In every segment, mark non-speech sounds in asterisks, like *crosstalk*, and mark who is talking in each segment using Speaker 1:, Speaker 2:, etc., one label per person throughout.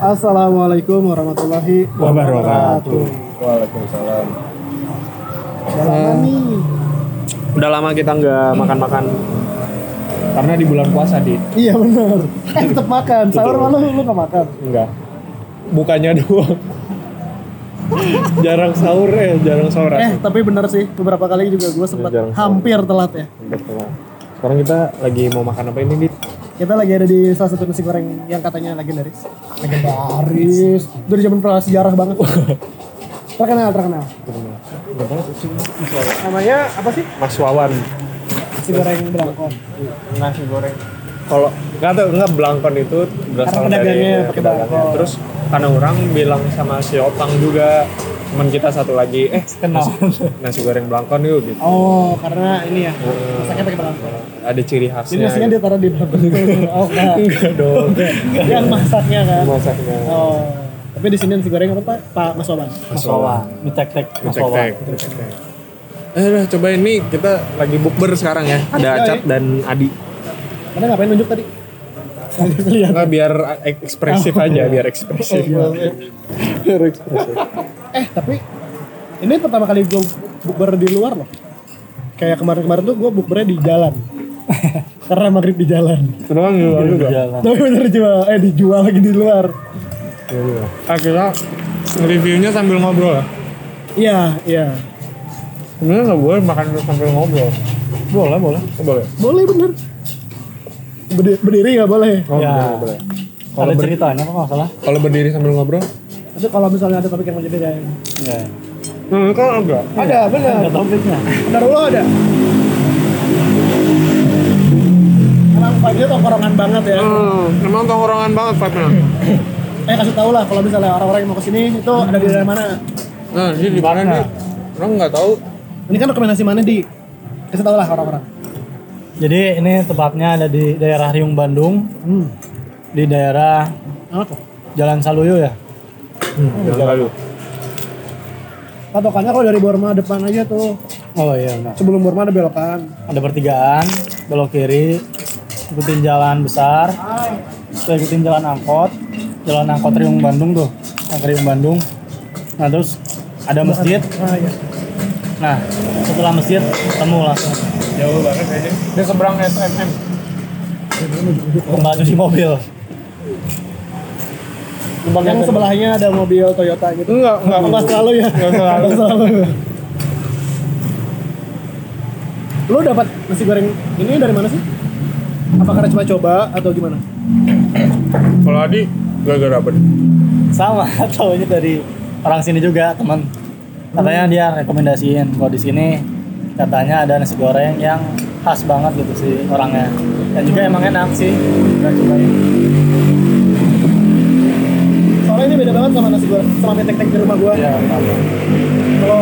Speaker 1: Assalamualaikum warahmatullahi
Speaker 2: Wabarakatuh.
Speaker 3: Waalaikumsalam.
Speaker 1: Udah lama nih.
Speaker 2: Udah lama kita nggak makan-makan karena di bulan puasa di
Speaker 1: Iya benar. *laughs* Eh tetap makan. Sahur malu lu nggak makan.
Speaker 2: enggak bukannya doang jarang sahur eh jarang sahur
Speaker 1: Eh tapi benar sih beberapa kali juga gue sempat
Speaker 2: Jarang sahur.
Speaker 1: hampir telat ya.
Speaker 2: Betul. Sekarang kita lagi mau makan apa ini, Dit?
Speaker 1: Kita lagi ada di salah satu nasi goreng yang katanya legendaris. Legendaris. Dari zaman prasejarah *laughs* banget. terkenal terkenal. Namanya apa sih?
Speaker 2: Mas Wawan.
Speaker 1: Nasi goreng belangkon.
Speaker 3: Nasi goreng.
Speaker 2: Kalau nggak tahu nggak belangkon itu berasal
Speaker 1: Karena
Speaker 2: dari
Speaker 1: pedagangnya
Speaker 2: ya,
Speaker 1: pakai
Speaker 2: pedagangnya.
Speaker 1: belangkon.
Speaker 2: Terus karena orang bilang sama si Opang juga teman kita satu lagi, eh
Speaker 3: Kenal.
Speaker 2: nasi, nasi goreng belangkon yuk gitu.
Speaker 1: Oh karena ini ya.
Speaker 3: Eh.
Speaker 1: Masaknya pakai belangkon.
Speaker 2: Ada ciri
Speaker 1: Jadi
Speaker 2: khasnya.
Speaker 1: nasinya dia taruh di belakang. Oh
Speaker 2: *laughs*
Speaker 1: enggak.
Speaker 2: Enggak dong.
Speaker 1: Yang masaknya kan.
Speaker 2: Masaknya.
Speaker 1: Oh. Tapi di sini nasi goreng apa Pak? Pak Mas Wawan.
Speaker 2: Mas Wawan.
Speaker 3: Dicek-cek Mas
Speaker 2: Cek
Speaker 3: Wawan.
Speaker 2: cek. Eh, udah, coba ini kita lagi bukber sekarang ya. Ada
Speaker 1: Ayo,
Speaker 2: Acat dan Adi.
Speaker 1: Karena ngapain nunjuk tadi? *laughs* Lihat.
Speaker 2: Nggak Nah, biar ekspresif aja, biar ekspresif. iya. Oh, biar ekspresif.
Speaker 1: Oh, iya. Eh tapi ini pertama kali gue bukber di luar loh. Kayak kemarin-kemarin tuh gue bukbernya di jalan. Karena maghrib di jalan.
Speaker 2: Doang juga.
Speaker 3: Jalan.
Speaker 1: Tapi bener jual, eh dijual lagi di luar.
Speaker 3: Iya,
Speaker 2: Akhirnya reviewnya sambil ngobrol. ya?
Speaker 1: Iya, iya.
Speaker 2: Sebenarnya nggak boleh makan sambil ngobrol.
Speaker 3: Boleh, boleh.
Speaker 2: Nggak Oh, boleh.
Speaker 1: Boleh bener. Berdiri, berdiri gak boleh.
Speaker 2: Oh,
Speaker 3: Ya.
Speaker 2: nggak boleh.
Speaker 3: Ada ceritanya kok masalah?
Speaker 2: Kalau berdiri sambil ngobrol?
Speaker 1: Tapi kalau misalnya ada topik yang mau jadi
Speaker 3: Iya.
Speaker 2: Hmm, kan enggak.
Speaker 1: Ada, bener.
Speaker 3: Ada topiknya.
Speaker 1: Bener lo ada. Emang pagi tongkrongan banget ya.
Speaker 2: Hmm, emang tongkrongan banget Fatma.
Speaker 1: Eh kasih tau lah kalau misalnya orang-orang yang mau kesini itu ada di daerah mana?
Speaker 2: Nah, ini di mana nih? Orang nggak tahu.
Speaker 1: Ini kan rekomendasi mana di? Kasih tau lah orang-orang.
Speaker 3: Jadi ini tepatnya ada di daerah Riung Bandung,
Speaker 1: Hmm.
Speaker 3: di daerah
Speaker 1: Apa?
Speaker 3: Jalan Saluyo ya.
Speaker 2: Jangan lalu.
Speaker 1: Patokannya kalau dari Borma depan aja tuh.
Speaker 3: Oh iya benar.
Speaker 1: Sebelum Borma ada belokan.
Speaker 3: Ada pertigaan, belok kiri, ikutin jalan besar,
Speaker 1: Ah.
Speaker 3: kita ikutin jalan angkot, jalan angkot Riung Bandung tuh, angkot Riung Bandung. Nah terus ada masjid.
Speaker 1: Ah iya.
Speaker 3: Nah setelah masjid ketemu langsung
Speaker 2: Jauh banget kayaknya. Dia seberang SMM.
Speaker 3: kembali cuci mobil.
Speaker 1: Yang sebelahnya ada mobil Toyota gitu.
Speaker 2: Enggak, enggak.
Speaker 1: Enggak selalu ya.
Speaker 2: Enggak selalu.
Speaker 1: Enggak selalu. Lo dapat nasi goreng ini dari mana sih? Apa karena cuma coba atau gimana?
Speaker 2: Kalau Adi gara-gara apa?
Speaker 3: Sama *laughs* taunya dari orang sini juga teman. Katanya dia rekomendasiin kalau di sini katanya ada nasi goreng yang khas banget gitu sih orangnya. Dan juga emang enak sih. Kita cobain.
Speaker 1: Soalnya ini beda banget sama nasi goreng, sama metek-tek di rumah gua.
Speaker 3: Iya,
Speaker 1: Kalau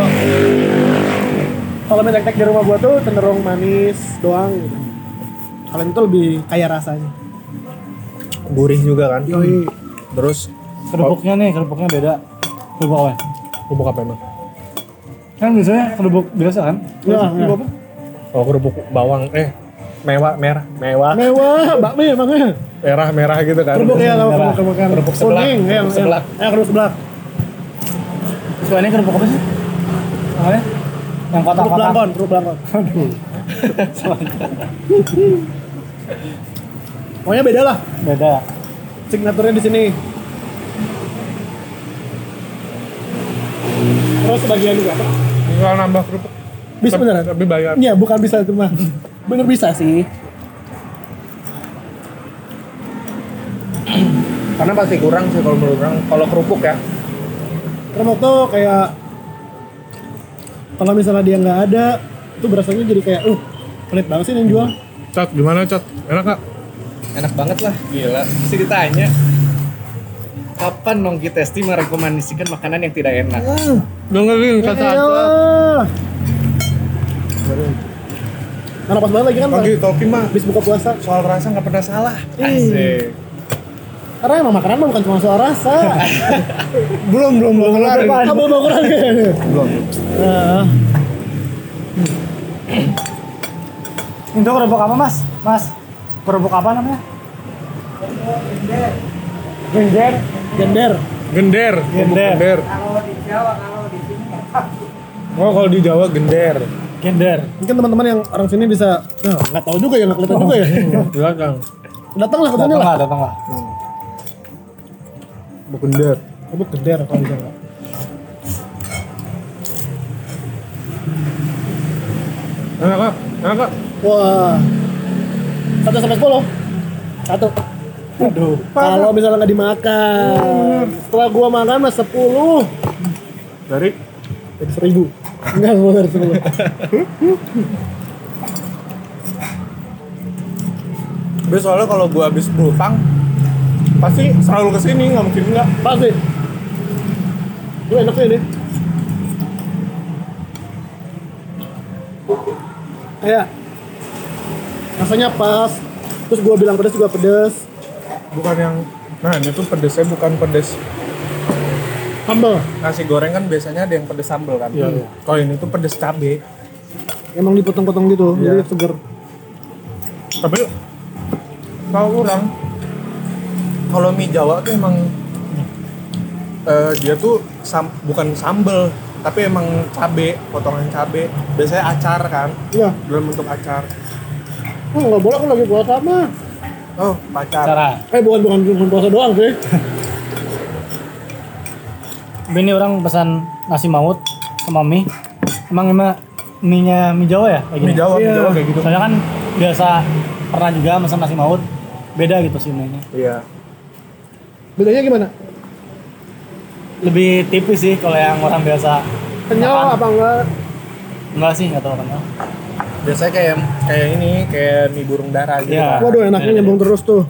Speaker 1: kalau metek-tek di rumah gua tuh cenderung manis doang gitu. Kalau ini tuh lebih kaya rasanya.
Speaker 2: Gurih juga kan.
Speaker 1: Yoi.
Speaker 2: Terus
Speaker 3: Kerupuknya nih, kerupuknya beda. Kerupuk apa? ya?
Speaker 2: kerupuk apa emang?
Speaker 3: Kan biasanya kerupuk biasa kan?
Speaker 1: Iya,
Speaker 3: Kerupuk
Speaker 1: iya.
Speaker 3: apa?
Speaker 2: Oh kerupuk bawang eh mewah merah mewah
Speaker 1: Mewah, bakmi emangnya.
Speaker 2: merah merah gitu kan.
Speaker 1: Kerupuk ya, kalau
Speaker 3: Merah.
Speaker 1: kerupuk kerupuk yang
Speaker 2: Kerupuk seblak.
Speaker 1: kuning, yang
Speaker 2: Kerupuk seblak.
Speaker 1: Eh, kerupuk seblak.
Speaker 3: Tuh, ini kerupuk apa sih? Namanya? Yang
Speaker 1: Kerupuk
Speaker 3: kotak-kotak.
Speaker 1: belangkon, kerupuk belangkon.
Speaker 3: Aduh.
Speaker 1: *laughs* Pokoknya beda lah.
Speaker 3: Beda.
Speaker 1: signaturnya di sini. Terus bagian juga. apa?
Speaker 2: Kalau nambah kerupuk
Speaker 1: Bisa
Speaker 2: tep-
Speaker 1: beneran?
Speaker 2: Tapi bayar.
Speaker 1: Iya, bukan bisa itu mah. *laughs* Bener bisa sih.
Speaker 2: Karena pasti kurang sih kalau menurut orang. Kalau kerupuk ya.
Speaker 1: Remok tuh kayak kalau misalnya dia nggak ada, itu berasanya jadi kayak, uh, pelit banget sih yang jual.
Speaker 2: Cat gimana cat? Enak nggak?
Speaker 4: Enak banget lah, gila. Terus ditanya, kapan Nongki Testi merekomendasikan makanan yang tidak enak?
Speaker 2: Dengerin kata Aca.
Speaker 1: Elah. Karena pas banget lagi kan,
Speaker 2: Lagi talking mah
Speaker 1: habis buka puasa.
Speaker 2: soal rasa nggak pernah salah.
Speaker 4: Asik.
Speaker 1: Karena emang makanan mah bukan cuma soal rasa.
Speaker 2: Belum belum belum kelar.
Speaker 1: Apa mau kurang kayaknya?
Speaker 2: Belum.
Speaker 1: Nah,
Speaker 3: Itu kerupuk apa mas? Mas, kerupuk apa namanya?
Speaker 1: Gender. Gender.
Speaker 2: Gender. ngomong
Speaker 3: Gender.
Speaker 2: Oh kalau di Jawa gender.
Speaker 3: Gender.
Speaker 1: Mungkin teman-teman yang orang sini bisa, nah nggak tahu juga ya, nggak kelihatan *laughs* juga ya.
Speaker 2: Belakang.
Speaker 1: Datanglah ke sini lah.
Speaker 3: Datanglah, datanglah.
Speaker 2: Gender.
Speaker 1: Kamu gender kalau di Jawa.
Speaker 2: Enak kak. Enak kak.
Speaker 1: Wah. Satu sampai sepuluh. Satu.
Speaker 3: Aduh.
Speaker 1: Kalau misalnya nggak dimakan, setelah gua makan mas sepuluh.
Speaker 2: Dari.
Speaker 1: Jadi seribu. Enggak semua dari sepuluh.
Speaker 2: Tapi soalnya kalau gue habis berutang pasti selalu kesini nggak mungkin nggak.
Speaker 1: Pasti. Lu enaknya ini. Kayak Iya. rasanya pas. Terus gua bilang pedas juga pedas.
Speaker 2: Bukan yang nah ini tuh pedesnya bukan pedes
Speaker 1: Sambal.
Speaker 2: nasi goreng kan biasanya ada yang pedes sambel kan.
Speaker 1: Iya, iya.
Speaker 2: Kalau ini tuh pedes cabe.
Speaker 1: Emang dipotong-potong gitu,
Speaker 2: Iya.
Speaker 1: jadi seger.
Speaker 2: Tapi kalau kurang kalau mie Jawa tuh emang eh, dia tuh sam- bukan sambel tapi emang cabe potongan cabe biasanya acar kan
Speaker 1: Iya.
Speaker 2: dalam bentuk acar
Speaker 1: Oh, nggak boleh kan lagi puasa mah.
Speaker 2: oh pacar
Speaker 3: Cara.
Speaker 1: Eh bukan bukan bukan puasa doang sih. *laughs*
Speaker 3: Ini orang pesan nasi maut sama mie. Emang emang mie-nya mie Jawa ya? Kayak
Speaker 2: mie
Speaker 3: gini?
Speaker 2: Jawa mie
Speaker 1: Iya.
Speaker 2: Jawa kayak gitu
Speaker 3: Soalnya kan biasa pernah juga pesan nasi maut. Beda gitu sih mie-nya.
Speaker 2: iya
Speaker 1: Bedanya gimana?
Speaker 3: Lebih tipis sih kalau yang orang biasa.
Speaker 1: Kenyal
Speaker 3: Apaan?
Speaker 1: apa enggak?
Speaker 3: Enggak sih, enggak tahu kenapa.
Speaker 2: biasanya kayak kayak ini kayak mie burung dara gitu kan.
Speaker 3: Iya.
Speaker 1: Waduh enaknya nyambung terus tuh.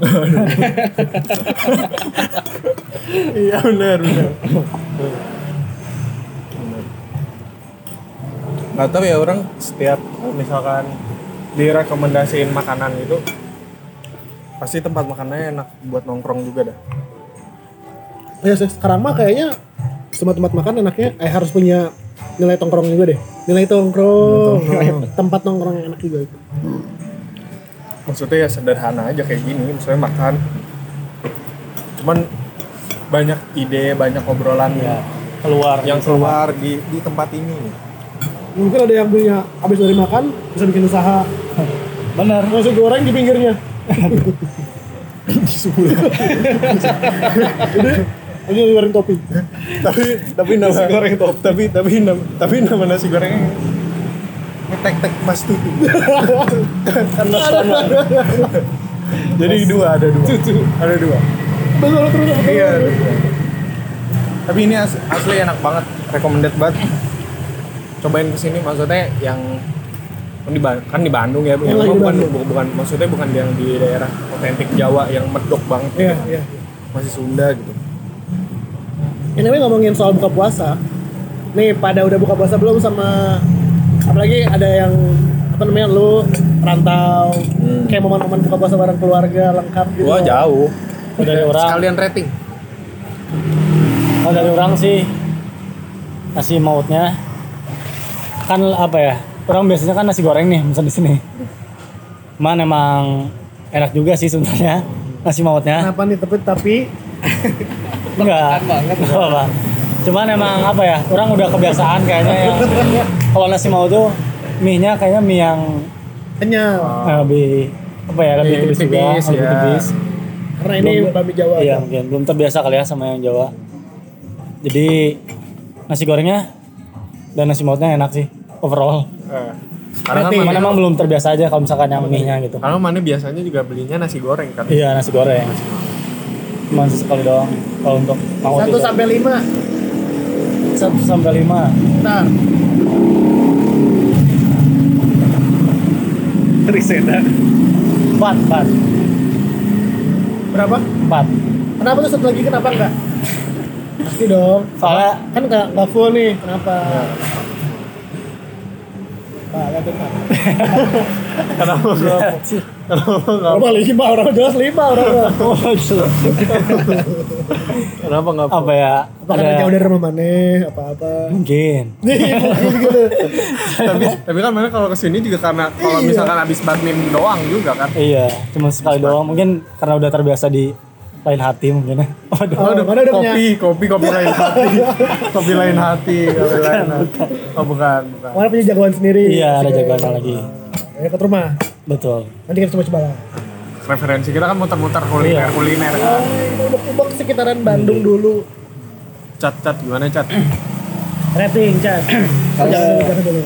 Speaker 2: iya benar benar nggak tahu ya orang setiap kalau misalkan direkomendasiin makanan gitu pasti tempat makanannya enak buat nongkrong juga dah
Speaker 1: Ya sih, sekarang mah kayaknya semua tempat makan enaknya eh, harus punya nilai tongkrong juga deh. Nilai tongkrong, *laughs* tempat tongkrong yang enak juga.
Speaker 2: maksudnya ya sederhana aja kayak gini misalnya makan cuman banyak ide banyak obrolan
Speaker 3: Iya. Keluar. gitu.
Speaker 2: yang keluar di di tempat ini
Speaker 1: Mungkin ada yang punya habis dari makan bisa bikin usaha
Speaker 3: Bener.
Speaker 1: nasi goreng di pinggirnya. Ini ini goreng topi.
Speaker 2: tapi tapi nama nasi goreng top tapi tapi nama, tapi nama nasi gorengnya tek tek mas tutu *laughs* karena sama jadi dua ada dua ada dua
Speaker 1: Betul terus apa
Speaker 2: iya ada dua. tapi ini as- asli enak banget recommended banget cobain kesini maksudnya yang kan di, Ban- kan di Bandung ya
Speaker 1: Yang lagi di
Speaker 2: bukan,
Speaker 1: Bandung.
Speaker 2: bukan bukan maksudnya bukan yang di daerah otentik Jawa yang medok banget
Speaker 1: Iya, iya.
Speaker 2: masih Sunda gitu
Speaker 1: Ini ngomongin soal buka puasa. Nih, pada udah buka puasa belum sama apalagi ada yang apa namanya lu rantau
Speaker 2: Hmm.
Speaker 1: kayak momen-momen buka puasa bareng keluarga lengkap gitu.
Speaker 2: wah jauh
Speaker 3: Kalau dari orang,
Speaker 2: Iya. sekalian rating
Speaker 3: kalau dari orang sih nasi mautnya kan apa ya? Orang biasanya kan nasi goreng nih, misal di sini. Cuman emang enak juga sih sebenarnya nasi mautnya.
Speaker 1: Eh. Kenapa nih tapi tapi
Speaker 3: Enggak.
Speaker 4: Enak banget.
Speaker 3: Enggak apa-apa. Cuman emang apa ya? Orang udah kebiasaan kayaknya yang kalau nasi maut tuh mie-nya kayaknya mie yang
Speaker 1: *laughs* kenyal.
Speaker 3: eh, lebih apa ya? Lebih
Speaker 2: Iya,
Speaker 3: tipis juga,
Speaker 2: tipis,
Speaker 3: lebih
Speaker 2: ya.
Speaker 3: tipis.
Speaker 1: Karena ini
Speaker 3: Belum-
Speaker 1: bami Jawa.
Speaker 3: Iya mungkin belum terbiasa kali ya sama yang Jawa. Jadi nasi gorengnya dan nasi mautnya enak sih overall.
Speaker 2: Eh, karena kan
Speaker 1: Rating.
Speaker 2: mana
Speaker 3: Cuman emang belum terbiasa aja kalau misalkan yang mie-nya gitu.
Speaker 2: karena mana biasanya juga belinya nasi goreng kan
Speaker 3: Iya nasi goreng. Cuman sesekali doang kalau untuk maut
Speaker 1: Satu
Speaker 3: itu.
Speaker 1: sampai lima.
Speaker 3: Satu sampai lima.
Speaker 1: Nah,
Speaker 4: Trisena.
Speaker 3: Empat, empat,
Speaker 1: berapa?
Speaker 3: empat.
Speaker 1: Kenapa tuh satu lagi kenapa enggak? Pasti dong.
Speaker 3: Soalnya *laughs*
Speaker 1: Kan enggak enggak full nih. Kenapa? Pak, lihat tuh, Pak.
Speaker 2: kenapa kenapa kenapa nggak
Speaker 1: Orang lima, orang jelas lima orang.
Speaker 2: kenapa nggak
Speaker 3: apa ya?
Speaker 1: Apa karena jauh
Speaker 3: Ada
Speaker 1: dari rumah mana? Apa-apa?
Speaker 3: mungkin.
Speaker 1: Nih, gitu.
Speaker 2: tapi tapi kan mana kalau kesini juga karena kalau misalkan habis badminton doang juga kan
Speaker 3: Iya, cuma sekali doang. Mungkin karena udah terbiasa di lain hati mungkin *laughs* ya. Waduh.
Speaker 1: Oh,
Speaker 2: Aduh,
Speaker 1: mana udah punya?
Speaker 2: kopi, kopi, kopi lain
Speaker 1: *laughs*
Speaker 2: hati, kopi lain hati, kopi lain hati. Oh bukan, bukan.
Speaker 1: Mana punya jagoan sendiri?
Speaker 3: Iya, ada
Speaker 1: Asik,
Speaker 3: jagoan
Speaker 1: ya.
Speaker 3: lagi.
Speaker 1: Ayo ke rumah.
Speaker 3: Betul.
Speaker 1: Nanti kita coba-coba lah.
Speaker 2: Referensi kita kan muter-muter kuliner,
Speaker 3: Iya.
Speaker 2: kuliner.
Speaker 1: Ah, kita ubek-ubek sekitaran Bandung dulu.
Speaker 2: Cat, cat, gimana cat?
Speaker 1: Rating, Chan.
Speaker 4: Kalau-
Speaker 1: Jangan dulu, jangan dulu.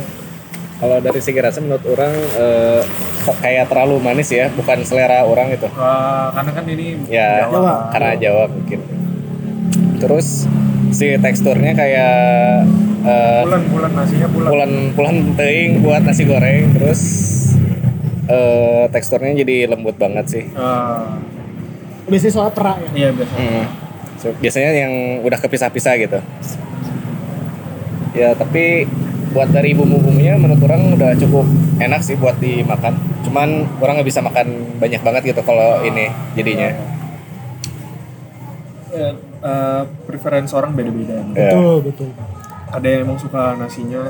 Speaker 4: Kalau dari segi rasa menurut orang eh, kok kayak terlalu manis ya, bukan selera orang itu.
Speaker 2: Wah, karena kan ini
Speaker 4: Ya,
Speaker 1: Jawa.
Speaker 4: karena Jawa mungkin. Terus si teksturnya kayak eh,
Speaker 2: Bulan, bulan nasinya bulan.
Speaker 4: pulan-pulan teing buat nasi goreng, terus eh, teksturnya jadi lembut banget sih.
Speaker 2: Eh,
Speaker 1: Biasanya soal perak ya.
Speaker 2: iya biasa.
Speaker 4: Hmm. So, biasanya yang udah kepisah-pisah gitu. Ya tapi buat dari bumbu-bumbunya menurut orang udah cukup enak sih buat dimakan. Cuman orang nggak bisa makan banyak banget gitu kalau ini jadinya.
Speaker 2: Ya, eh, preferensi orang beda-beda.
Speaker 4: Ya.
Speaker 1: Betul, betul.
Speaker 2: Ada yang emang suka nasinya.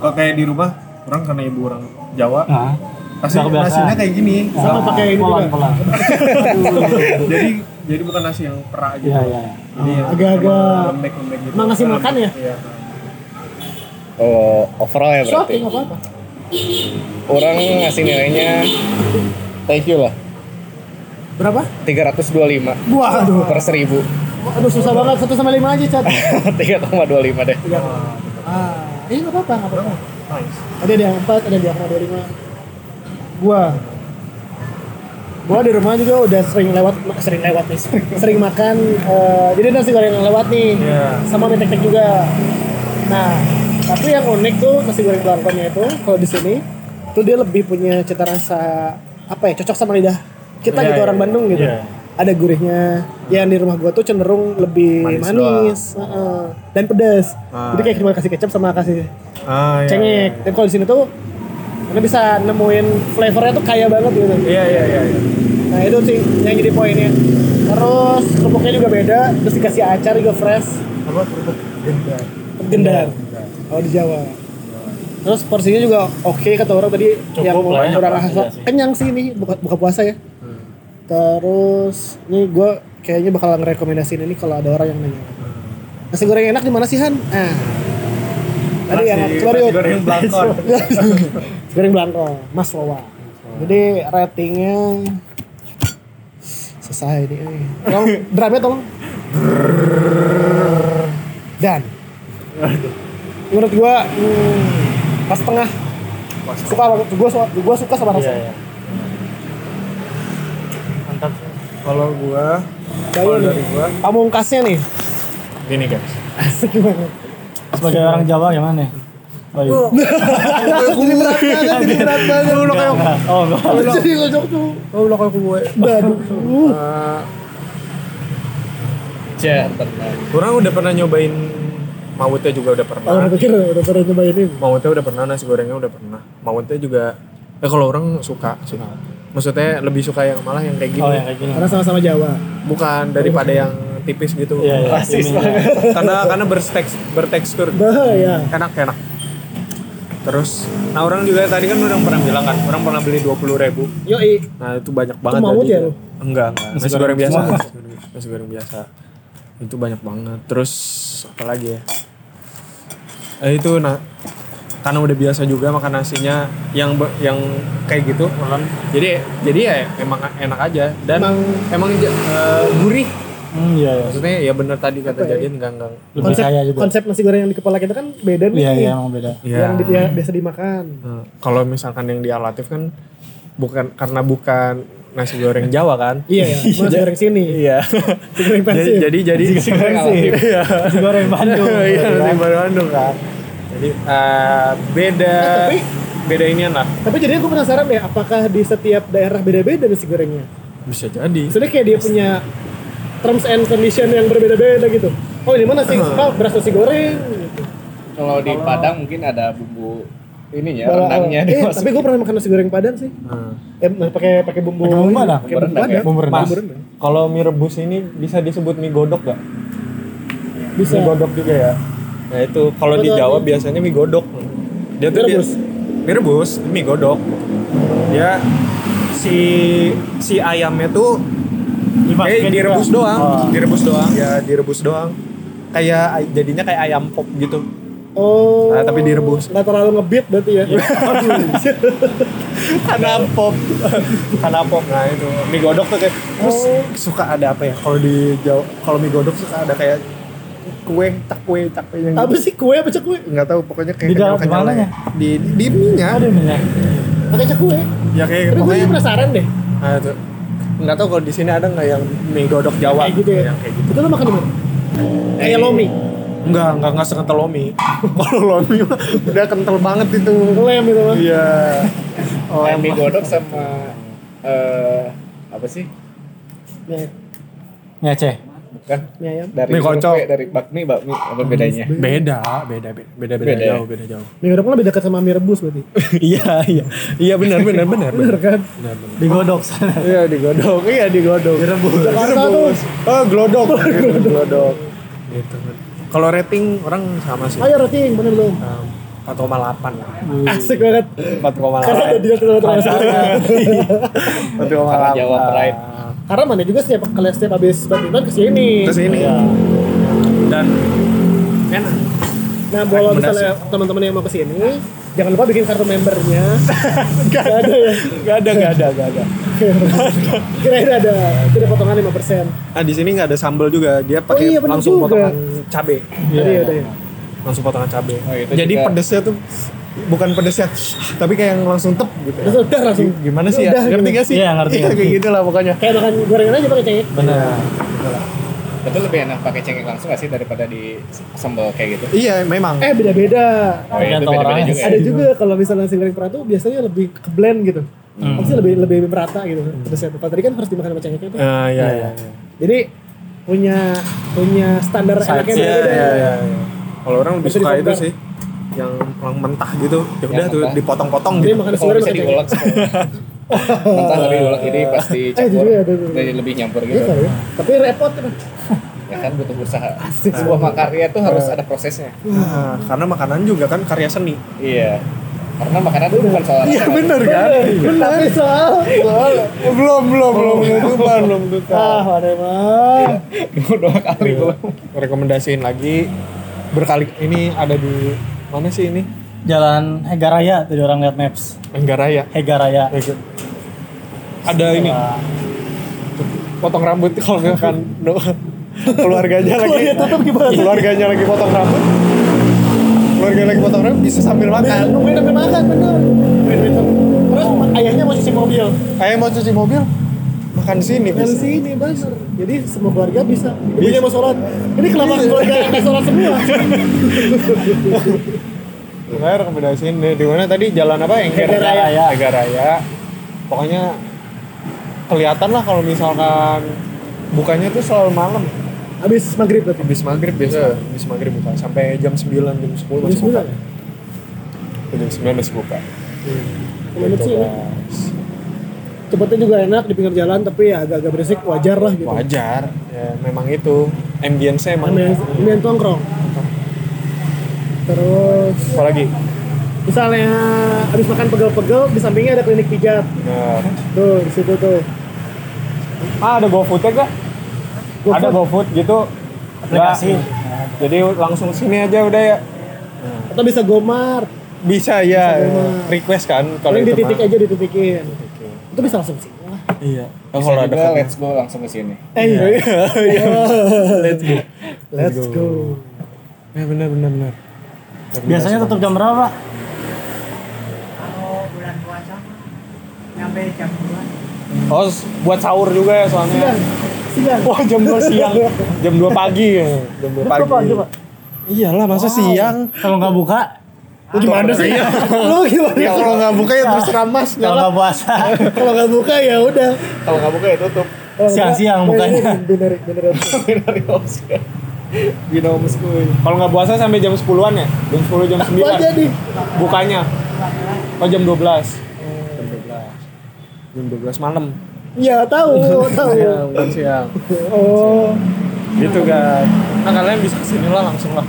Speaker 2: Kalau kayak di rumah, orang karena ibu orang Jawa,
Speaker 3: Nah,
Speaker 2: nasi,
Speaker 3: nggak kebiasaan.
Speaker 2: nasinya kayak gini.
Speaker 1: Sama
Speaker 3: nah,
Speaker 1: pakai ini
Speaker 3: pelan,
Speaker 1: juga.
Speaker 3: pelan.
Speaker 2: jadi jadi bukan nasi yang perak gitu.
Speaker 3: Iya, iya. iya.
Speaker 2: Jadi yang
Speaker 1: Ah, Agak-agak
Speaker 2: emang lembek-lembek gitu.
Speaker 1: emang ngasih makan ya?
Speaker 2: Iya.
Speaker 4: Oh, overall ya
Speaker 1: Soal
Speaker 4: berarti.
Speaker 1: nggak apa-apa.
Speaker 4: Orang ngasih nilainya thank you lah.
Speaker 1: Berapa?
Speaker 4: 325
Speaker 1: Waduh.
Speaker 4: per
Speaker 1: *laughs*
Speaker 4: 1000.
Speaker 1: Aduh, susah banget. 1 sampai 5 aja, Chan.
Speaker 4: 3,25 deh.
Speaker 1: Tiga. Ah, ini nggak apa-apa, nggak apa-apa.
Speaker 2: Nice.
Speaker 1: Ada di empat, ada di angka dua lima. Gua, gua di rumah juga udah sering lewat, sering lewat nih, sering, sering makan. eh, jadi nasi goreng yang lewat nih,
Speaker 2: Iya.
Speaker 1: sama mie tek-tek juga. Nah, tapi yang unik tuh nasi goreng belangkonya itu, kalau di sini tuh dia lebih punya cita rasa apa ya, cocok sama lidah kita
Speaker 2: Iya,
Speaker 1: gitu
Speaker 2: iya,
Speaker 1: orang Bandung gitu.
Speaker 3: iya.
Speaker 1: Ada gurihnya. Yang di rumah gua tuh cenderung lebih
Speaker 2: Manis
Speaker 1: manis, heeh. dan pedas.
Speaker 2: Ah,
Speaker 1: Jadi kayak cuma kasih kecap sama kasih
Speaker 2: Ah, iya,
Speaker 1: cengek.
Speaker 2: iya.
Speaker 1: Tapi kalau di sini tuh kita bisa nemuin flavornya tuh kaya banget gitu.
Speaker 2: Iya, iya, iya. iya.
Speaker 1: Nah itu sih yang jadi poinnya. Terus kerupuknya juga beda, terus dikasih acar juga fresh,
Speaker 2: Apa kerupuk Iya,
Speaker 1: gendar.
Speaker 2: gendar?
Speaker 1: Kalau di Jawa. Terus porsinya juga oke kata orang tadi
Speaker 3: Cukup
Speaker 1: yang
Speaker 3: lah ya,
Speaker 1: orang
Speaker 3: pasti
Speaker 1: rasa
Speaker 3: sih.
Speaker 1: kenyang sih ini buka, buka puasa ya. Terus ini gue kayaknya bakal ngerekomendasiin ini kalau ada orang yang nanya. Nasi goreng enak di mana sih Han? Nah, tadi yang
Speaker 2: Nasi-
Speaker 1: coba
Speaker 2: nasi
Speaker 1: Riot.
Speaker 2: goreng
Speaker 1: *laughs*
Speaker 2: belangkon.
Speaker 1: Goreng Blanco, Mas Wawa. Jadi ratingnya selesai nih. eh. Tolong drumnya tolong. Dan menurut gua hmm, pas tengah
Speaker 2: Pas
Speaker 1: suka banget gua suka gua suka sama
Speaker 3: Iya,
Speaker 1: rasanya.
Speaker 3: iya. Mantap. sih.
Speaker 2: Kalau gua, kalau
Speaker 1: Gaya
Speaker 2: dari
Speaker 1: nih.
Speaker 2: gua,
Speaker 1: Pamungkasnya nih
Speaker 2: gini guys.
Speaker 1: asik banget.
Speaker 3: Sebagai orang Jawa gimana? Oh, *laughs*
Speaker 1: Jadi berat banget, jadi berat banget.
Speaker 2: Lu kayak
Speaker 3: oh enggak.
Speaker 1: Jadi ngocok tuh.
Speaker 2: lu lo kayak gue.
Speaker 1: Aduh.
Speaker 2: Eh,
Speaker 4: Cek, tenang.
Speaker 2: Orang udah pernah nyobain mawutnya juga udah pernah.
Speaker 1: Orang pikir udah pernah nyobain ini.
Speaker 2: Mawutnya udah pernah, nasi gorengnya udah pernah. Mawutnya juga, eh kalau orang suka sih. Maksudnya lebih suka yang malah yang kayak gini.
Speaker 3: Oh, yang kayak gini.
Speaker 1: Karena sama-sama Jawa.
Speaker 2: Bukan daripada yang tipis gitu.
Speaker 3: Iya, iya.
Speaker 4: Rasis
Speaker 3: ini,
Speaker 4: banget.
Speaker 3: iya.
Speaker 2: karena karena berteks, bertekstur
Speaker 1: Bahaya.
Speaker 2: enak enak terus nah orang juga tadi kan udah pernah bilang kan orang pernah beli dua puluh ribu
Speaker 1: Yoi.
Speaker 2: nah itu banyak banget
Speaker 1: mamut
Speaker 2: jadi
Speaker 1: ya
Speaker 2: itu.
Speaker 1: lu?
Speaker 2: enggak enggak nasi,
Speaker 3: Nasi
Speaker 2: goreng
Speaker 3: goreng
Speaker 2: biasa
Speaker 3: semua.
Speaker 2: nasi goreng, nasi goreng biasa itu banyak banget terus apa lagi ya eh, itu nah karena udah biasa juga makan nasinya yang be- yang kayak gitu jadi jadi ya emang enak aja dan emang,
Speaker 1: Emang-
Speaker 2: ja- eh, gurih
Speaker 3: Hmm, iya, iya.
Speaker 2: maksudnya ya bener tadi kata
Speaker 1: Apa ya?
Speaker 2: jadian enggak enggak
Speaker 3: Lebih
Speaker 1: konsep
Speaker 3: kaya juga.
Speaker 1: konsep nasi goreng yang di kepala kita kan beda nih
Speaker 3: Iya, iya, emang beda.
Speaker 1: yang
Speaker 2: Ya.
Speaker 1: di, ya, yang biasa dimakan
Speaker 2: Nah, kalau misalkan yang di alatif kan bukan karena bukan nasi goreng Jawa kan?
Speaker 1: iya ya cuma nasi goreng sini
Speaker 2: *laughs* Iya.
Speaker 1: nasi goreng
Speaker 2: jadi
Speaker 1: persib
Speaker 2: jadi jadi
Speaker 3: Konsep.
Speaker 2: Iya.
Speaker 3: Goreng Bandung.
Speaker 2: *laughs* Iya,
Speaker 3: gitu
Speaker 2: nasi
Speaker 3: kan.
Speaker 2: goreng Bandung kan. Jadi eh, beda
Speaker 1: Eh, tapi
Speaker 2: beda ini lah.
Speaker 1: tapi jadi aku penasaran ya apakah di setiap daerah beda-beda nasi gorengnya
Speaker 2: Bisa jadi.
Speaker 1: maksudnya kayak dia punya terms and condition yang berbeda-beda gitu oh ini mana sih apa beras nasi goreng gitu.
Speaker 4: Kalau di Padang mungkin ada bumbu ininya
Speaker 1: Kalau-
Speaker 4: Ya, rendangnya
Speaker 1: eh,
Speaker 4: dimasukin.
Speaker 1: tapi gue pernah makan nasi goreng padang sih
Speaker 2: Nah,
Speaker 1: eh nah, pakai pakai bumbu
Speaker 3: Pakai bumbu padang?
Speaker 1: pakai bumbu
Speaker 4: Bumbu rendang
Speaker 1: padang
Speaker 4: ya?
Speaker 3: Bumbu rendang.
Speaker 1: Bumbu rendang.
Speaker 2: kalau mie rebus ini bisa disebut mie godok gak?
Speaker 1: bisa
Speaker 2: Mie godok juga ya. Nah itu kalau di
Speaker 1: Godok.
Speaker 2: Jawa biasanya mie godok. Dia tuh
Speaker 1: Mie
Speaker 2: dia-
Speaker 1: rebus?
Speaker 2: mie rebus, mie godok. Dia si si ayamnya tuh Eh,
Speaker 3: Dimasukin
Speaker 2: direbus
Speaker 3: juga.
Speaker 2: doang,
Speaker 3: Oh.
Speaker 2: direbus doang. Ya, direbus doang. Kayak ay- jadinya kayak ayam pop gitu.
Speaker 1: Oh.
Speaker 2: Nah, tapi direbus.
Speaker 1: Nggak terlalu ngebeat berarti ya. *laughs*
Speaker 2: Karena *laughs* pop. Karena pop. Nah, itu mie godok tuh kayak terus
Speaker 1: Oh.
Speaker 2: suka ada apa ya? Kalau di Jawa, kalau mie godok suka ada kayak kue, tak kue, tak kue yang
Speaker 1: Apa sih kue apa cakwe?
Speaker 2: nggak tahu pokoknya kayak
Speaker 3: Di dalam
Speaker 2: kenyal-kenyal
Speaker 3: mananya?
Speaker 2: ya. di di mie-nya.
Speaker 3: Ada minyak.
Speaker 1: Pakai cakwe.
Speaker 2: ya kayak
Speaker 1: Tapi gue
Speaker 2: pokoknya
Speaker 1: penasaran deh.
Speaker 2: nah, itu nggak tahu kalau di sini ada nggak yang mie godok Jawa
Speaker 1: Kayak gitu ya.
Speaker 2: yang kayak gitu
Speaker 1: Itu lo makan di mana? Kayak lomi.
Speaker 2: nggak nggak nggak sekental lomi *laughs* kalau lomi mah udah kental banget itu
Speaker 1: Lem itu mah.
Speaker 2: iya oh emang.
Speaker 4: Kayak mie godok sama eh apa sih?
Speaker 1: Mie-
Speaker 3: Ngeceh.
Speaker 4: Bukan
Speaker 1: Mie Hmm. ayam.
Speaker 4: dari
Speaker 2: Mie kocok.
Speaker 4: survei, dari bakmi bakmi apa bedanya?
Speaker 2: beda beda beda beda, beda
Speaker 4: Beda ya?
Speaker 2: jauh beda jauh *laughs*
Speaker 1: Mie goreng lo lebih dekat sama mie rebus berarti.
Speaker 2: iya iya iya benar benar benar
Speaker 1: Bener kan?
Speaker 2: benar benar
Speaker 3: Digodok sana.
Speaker 2: iya digodok iya digodok direbus
Speaker 1: Jakarta
Speaker 2: direbus oh glodok glodok gitu kalau rating orang sama sih
Speaker 1: Ayo rating, bener belum?
Speaker 2: empat koma delapan lah
Speaker 1: Asik banget.
Speaker 2: empat koma
Speaker 1: Karena ada dia terlalu terasa.
Speaker 4: Karena Jawa Pride.
Speaker 1: Karena mana juga setiap kali setiap habis badminton kesini.
Speaker 2: Terus ini
Speaker 1: Iya.
Speaker 2: dan enak.
Speaker 1: Nah, kalau
Speaker 2: Rekomendasi.
Speaker 1: misalnya teman-teman yang mau kesini, jangan lupa bikin kartu membernya. Gak ada ya?
Speaker 2: Gak ada, gak ada, gak ada.
Speaker 1: Kirain ada. Itu ada potongan 5%.
Speaker 2: Nah di sini nggak ada sambal juga, dia
Speaker 1: Oh
Speaker 2: pakai
Speaker 1: iya, bener
Speaker 2: langsung
Speaker 1: juga.
Speaker 2: potongan cabe,
Speaker 1: Iya, iya, iya.
Speaker 2: langsung potongan cabe.
Speaker 4: Oh, itu
Speaker 2: Jadi
Speaker 4: juga.
Speaker 2: pedesnya tuh bukan pedesnya, tapi kayak yang langsung tep gitu.
Speaker 1: Terus udah langsung.
Speaker 2: Gimana sih
Speaker 1: Udah,
Speaker 2: ya? Ngerti
Speaker 1: gitu.
Speaker 2: gak sih?
Speaker 3: Iya, ngerti,
Speaker 2: Iya, kayak
Speaker 3: ngerti.
Speaker 2: gitu lah pokoknya.
Speaker 1: Kayak makan gorengan aja pakai cengek.
Speaker 2: Benar.
Speaker 4: Itu lebih enak pakai cengkeh langsung gak sih daripada di sambal kayak gitu?
Speaker 2: Iya, memang.
Speaker 1: Eh, beda-beda.
Speaker 4: Oh, iya, itu
Speaker 3: Tergantung
Speaker 4: beda-beda
Speaker 3: orangnya
Speaker 4: juga.
Speaker 1: Ada juga kalau misalnya nasi goreng peratu biasanya lebih ke blend gitu. Pasti lebih lebih merata gitu. Terus ya, kalau tadi kan harus dimakan sama cengkeknya tuh.
Speaker 2: Ah, iya, iya. iya.
Speaker 1: Jadi punya punya standar enaknya
Speaker 2: Iya,
Speaker 1: beda-beda.
Speaker 2: iya, iya. Kalau orang lebih
Speaker 1: Bisa
Speaker 2: suka itu
Speaker 1: disambar.
Speaker 2: sih yang yang mentah gitu. Ya udah tuh
Speaker 4: mentah.
Speaker 2: dipotong-potong
Speaker 1: Jadi
Speaker 2: gitu.
Speaker 1: makan
Speaker 4: Tapi
Speaker 1: nasi
Speaker 4: kalau
Speaker 1: goreng
Speaker 4: bisa
Speaker 1: pakai cengkeh.
Speaker 4: diulek
Speaker 1: *laughs*
Speaker 4: mentah dari diulek ini pasti campur
Speaker 1: juga, ada juga.
Speaker 4: jadi lebih nyampur
Speaker 1: Iya
Speaker 4: gitu
Speaker 1: kali ya. Tapi repot kan.
Speaker 4: ya kan butuh usaha
Speaker 1: Asik. Eh.
Speaker 4: sebuah makarya tuh harus ada prosesnya
Speaker 2: Nah, karena makanan juga kan karya seni.
Speaker 4: iya karena makanan itu bukan soal
Speaker 2: Iya
Speaker 4: rasa.
Speaker 2: benar kan?
Speaker 1: Benar. Tapi soal
Speaker 2: Soal belum belum belum tutupan belum tutupan.
Speaker 1: ah mana mah.
Speaker 4: dua kali belum
Speaker 2: Iya. Rekomendasiin lagi berkali ini ada di mana sih ini?
Speaker 3: Jalan Hegaraya tadi orang lihat maps.
Speaker 2: Enggaraya.
Speaker 3: Hegaraya.
Speaker 2: Ada ini
Speaker 3: Wah.
Speaker 2: Iya. potong rambut kalau nggak kan no. keluarganya
Speaker 1: Kalau
Speaker 2: lagi
Speaker 1: dia tutup gimana?
Speaker 2: keluarganya lagi potong rambut keluarga lagi potong rambut bisa sambil
Speaker 1: Bener,
Speaker 2: makan
Speaker 1: nungguin sambil makan bener. Nungguin itu. Terus ayahnya mau cuci mobil.
Speaker 2: kayak mau cuci mobil makan di sini
Speaker 1: Dari
Speaker 2: bisa.
Speaker 1: sini bener. Jadi semua keluarga bisa. Ibunya Iya, mau sholat. Ini kenapa
Speaker 2: Bisa.
Speaker 1: keluarga nggak sholat semua?
Speaker 2: saya rekomendasiin deh di mana tadi jalan apa
Speaker 1: Enggaraya.
Speaker 2: Enggaraya Enggaraya pokoknya kelihatan lah kalau misalkan bukanya tuh selalu malam
Speaker 1: Habis maghrib berarti.
Speaker 2: habis maghrib biasa habis maghrib buka sampai jam 9 jam 10
Speaker 1: Habis
Speaker 2: masih buka
Speaker 1: bulan.
Speaker 2: jam 9 masih buka
Speaker 1: Kemarin
Speaker 2: Gitu,
Speaker 1: sih ini.
Speaker 2: Mas.
Speaker 1: Tempatnya juga enak di pinggir jalan tapi ya agak-agak berisik wajar lah gitu.
Speaker 2: wajar ya memang itu ambience emang
Speaker 1: Ambil ambil tongkrong. Terus
Speaker 2: apalagi
Speaker 1: misalnya habis makan pegel-pegel di sampingnya ada klinik pijat.
Speaker 2: nah,
Speaker 1: Tuh, di situ tuh.
Speaker 2: ah ada GoFood nya gak?
Speaker 1: GoFood.
Speaker 2: ada GoFood gitu
Speaker 3: Aplikasi.
Speaker 2: Nggak. jadi langsung sini aja udah ya
Speaker 1: Atau bisa Gomart.
Speaker 2: bisa ya
Speaker 1: Bisa, Bang.
Speaker 2: request kan kalau
Speaker 1: Paling
Speaker 2: itu
Speaker 1: dititik
Speaker 2: mah.
Speaker 1: aja dititikin. Itu bisa langsung sini lah.
Speaker 2: iya
Speaker 4: Bisa
Speaker 2: kalau ada
Speaker 4: juga
Speaker 2: let's
Speaker 4: let's go langsung ke sini
Speaker 1: Eh, iya. *laughs*
Speaker 2: let's go
Speaker 1: Let's go.
Speaker 2: ya benar benar benar
Speaker 3: Biasanya tutup jam berapa? Pak?
Speaker 5: kalau bulan puasa mah nyampe jam 2
Speaker 2: oh buat sahur juga ya soalnya
Speaker 1: Siang. Siang.
Speaker 2: Wah jam 2 *laughs* siang, jam 2 pagi ya. Jam 2
Speaker 1: Berapa
Speaker 2: pagi.
Speaker 1: pagi, Pak?
Speaker 2: Iyalah masa siang.
Speaker 3: Kalau nggak buka,
Speaker 2: Lu gimana sih? *laughs*
Speaker 1: Lu gimana?
Speaker 2: Ya kalau nggak buka ya terserah masnya
Speaker 3: kalau
Speaker 2: lah.
Speaker 3: nggak puasa,
Speaker 1: Kalau nggak buka ya udah.
Speaker 4: kalau nggak buka ya tutup
Speaker 1: Kalau nggak-
Speaker 3: Siang-siang
Speaker 1: Nah,
Speaker 3: bukanya.
Speaker 1: ini Binary, binary option.
Speaker 4: binari option
Speaker 2: Binomus kuy. Kalau nggak puasa sampai jam 10-an ya? Jam 10 jam
Speaker 1: Apa aja
Speaker 2: 9.
Speaker 1: nih?
Speaker 2: Bukanya. Oh jam 12. Jam 12. Jam 12 malam.
Speaker 1: Ya
Speaker 2: *laughs*
Speaker 1: tahu, tahu.
Speaker 2: bukan siang.
Speaker 1: Oh.
Speaker 2: Gitu kan. Nah kalian bisa kesini lah langsung lah.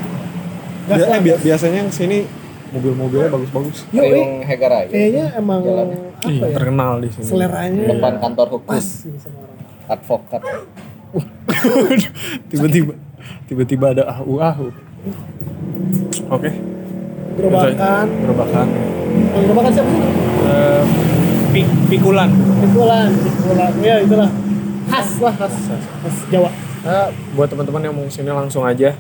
Speaker 1: Gas
Speaker 2: Bi-
Speaker 1: lah,
Speaker 2: eh, bi- biasanya kesini mobil-mobilnya bagus-bagus.
Speaker 1: Yuk, eh.
Speaker 4: Riung Hegaraya
Speaker 1: kayaknya emang
Speaker 4: Jalannya.
Speaker 2: Iya.
Speaker 1: apa ya?
Speaker 2: terkenal di sini.
Speaker 1: Seleranya
Speaker 4: depan kantor hukum
Speaker 1: pas ini sama orang.
Speaker 4: advokat
Speaker 2: *laughs* tiba-tiba tiba-tiba ada ahu ahu oke
Speaker 1: Gerobakan,
Speaker 2: gerobakan
Speaker 1: yang gerobakan siapa sih?
Speaker 2: Eh, pik pikulan
Speaker 1: Pikulan, pikulan. Ya itulah. Khas lah, khas. Khas Jawa.
Speaker 2: Nah, buat teman-teman yang mau kesini langsung aja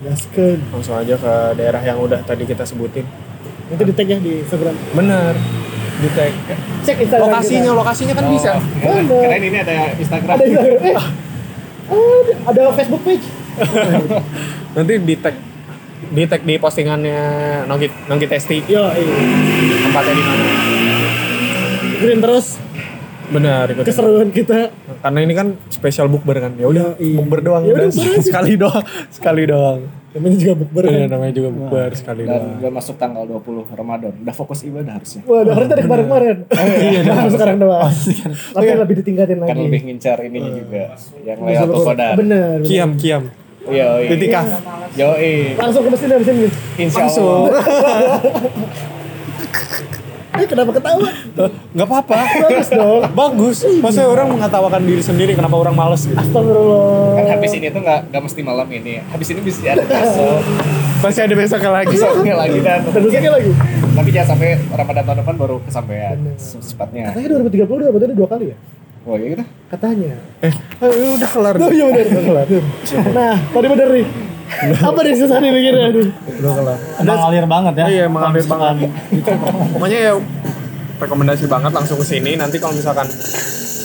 Speaker 1: Gaskeun.
Speaker 2: langsung aja ke daerah yang udah tadi kita sebutin
Speaker 1: Nanti di tag ya di Instagram.
Speaker 2: bener di tag
Speaker 1: Cek Instagram
Speaker 2: lokasinya
Speaker 1: kita.
Speaker 2: lokasinya kan bisa
Speaker 4: Oh, keren, keren ini ada Instagram
Speaker 1: Ada Instagram. Eh. ada- ada Facebook page.
Speaker 2: nanti di tag di tag di postingannya Nongki Nongki Testi
Speaker 1: Yo, iya.
Speaker 2: tempatnya di mana
Speaker 1: Green terus
Speaker 2: benar ikut
Speaker 1: keseruan kita.
Speaker 2: karena ini kan special bookber kan ya udah
Speaker 1: Yoi.
Speaker 2: bookber doang
Speaker 1: Ya udah,
Speaker 2: udah
Speaker 1: bookber aja.
Speaker 2: sekali doang sekali doang
Speaker 1: Namanya juga bukber.
Speaker 2: Iya,
Speaker 1: kan?
Speaker 2: namanya juga bookber sekali
Speaker 4: dan
Speaker 2: doang
Speaker 4: udah masuk tanggal 20 Ramadan udah fokus ibadah harusnya
Speaker 1: Wah, udah dari kemarin-kemarin. Iya, nah, sekarang doang. Tapi lebih ditingkatin lagi. Eh,
Speaker 4: kan lebih ngincar ininya juga yang
Speaker 1: Bisa
Speaker 4: lewat
Speaker 1: berkor-
Speaker 4: Qadar
Speaker 1: Bener. bener.
Speaker 2: kiam kiam
Speaker 4: iya iya.
Speaker 2: titikaf
Speaker 4: yoi
Speaker 1: Langsung ke mesin dari sini.
Speaker 4: insya Allah
Speaker 1: Eh, kenapa ketawa?
Speaker 2: nggak apa-apa
Speaker 1: Bagus dong.
Speaker 2: bagus maksudnya orang mengatakan diri sendiri kenapa orang males gitu
Speaker 1: Astagfirullah.
Speaker 4: kan habis ini tuh nggak nggak mesti malam ini habis ini bisa ada besok
Speaker 2: pasti ada besoknya lagi
Speaker 1: Iya.
Speaker 4: besoknya lagi dan
Speaker 1: Dan besoknya lagi.
Speaker 4: tapi jangan sampai Ramadan tahun depan baru kesampaian secepatnya
Speaker 1: Katanya 2030 udah berarti dua kali ya?
Speaker 4: wah ya udah
Speaker 1: Katanya.
Speaker 2: Eh, udah kelar
Speaker 1: Oh iya bener. Nah, tadi bener nih. Apa nih susah nih mikirnya nih?
Speaker 2: udah kelar
Speaker 3: Emang ngalir banget ya.
Speaker 2: Iya, emang
Speaker 3: Kalau
Speaker 2: ngalir
Speaker 4: *laughs*
Speaker 3: misalkan
Speaker 2: pokoknya ya rekomendasi banget langsung ke sini nanti kalau misalkan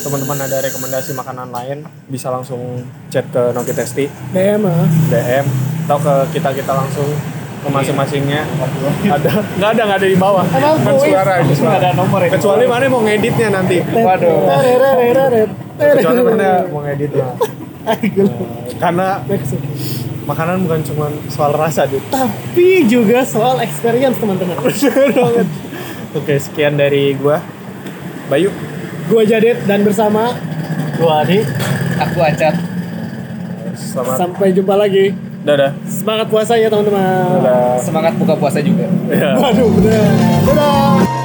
Speaker 2: teman-teman ada rekomendasi makanan lain bisa langsung chat ke Noki Testi
Speaker 1: DM ah.
Speaker 2: DM atau ke kita kita langsung ke
Speaker 4: Iya.
Speaker 2: masing-masingnya ada nggak ada nggak ada di bawah
Speaker 1: Emang
Speaker 2: Cuman
Speaker 1: kuis.
Speaker 2: suara aja suara.
Speaker 4: ada nomor ya
Speaker 2: kecuali mana mau ngeditnya nanti
Speaker 4: waduh
Speaker 2: kecuali mana mau ngeditnya karena
Speaker 1: Next.
Speaker 2: makanan bukan cuma soal rasa Dit. *laughs*
Speaker 1: Tapi juga soal experience teman-teman.
Speaker 2: oke sekian dari gua Bayu
Speaker 1: Gua Jadet dan bersama
Speaker 3: Gua di
Speaker 4: aku acat
Speaker 2: selamat
Speaker 1: sampai jumpa lagi.
Speaker 2: dadah
Speaker 1: Semangat puasa ya teman-teman.
Speaker 2: dadah
Speaker 4: semangat buka puasa juga
Speaker 2: Ya.
Speaker 1: Waduh, bener. Dadah.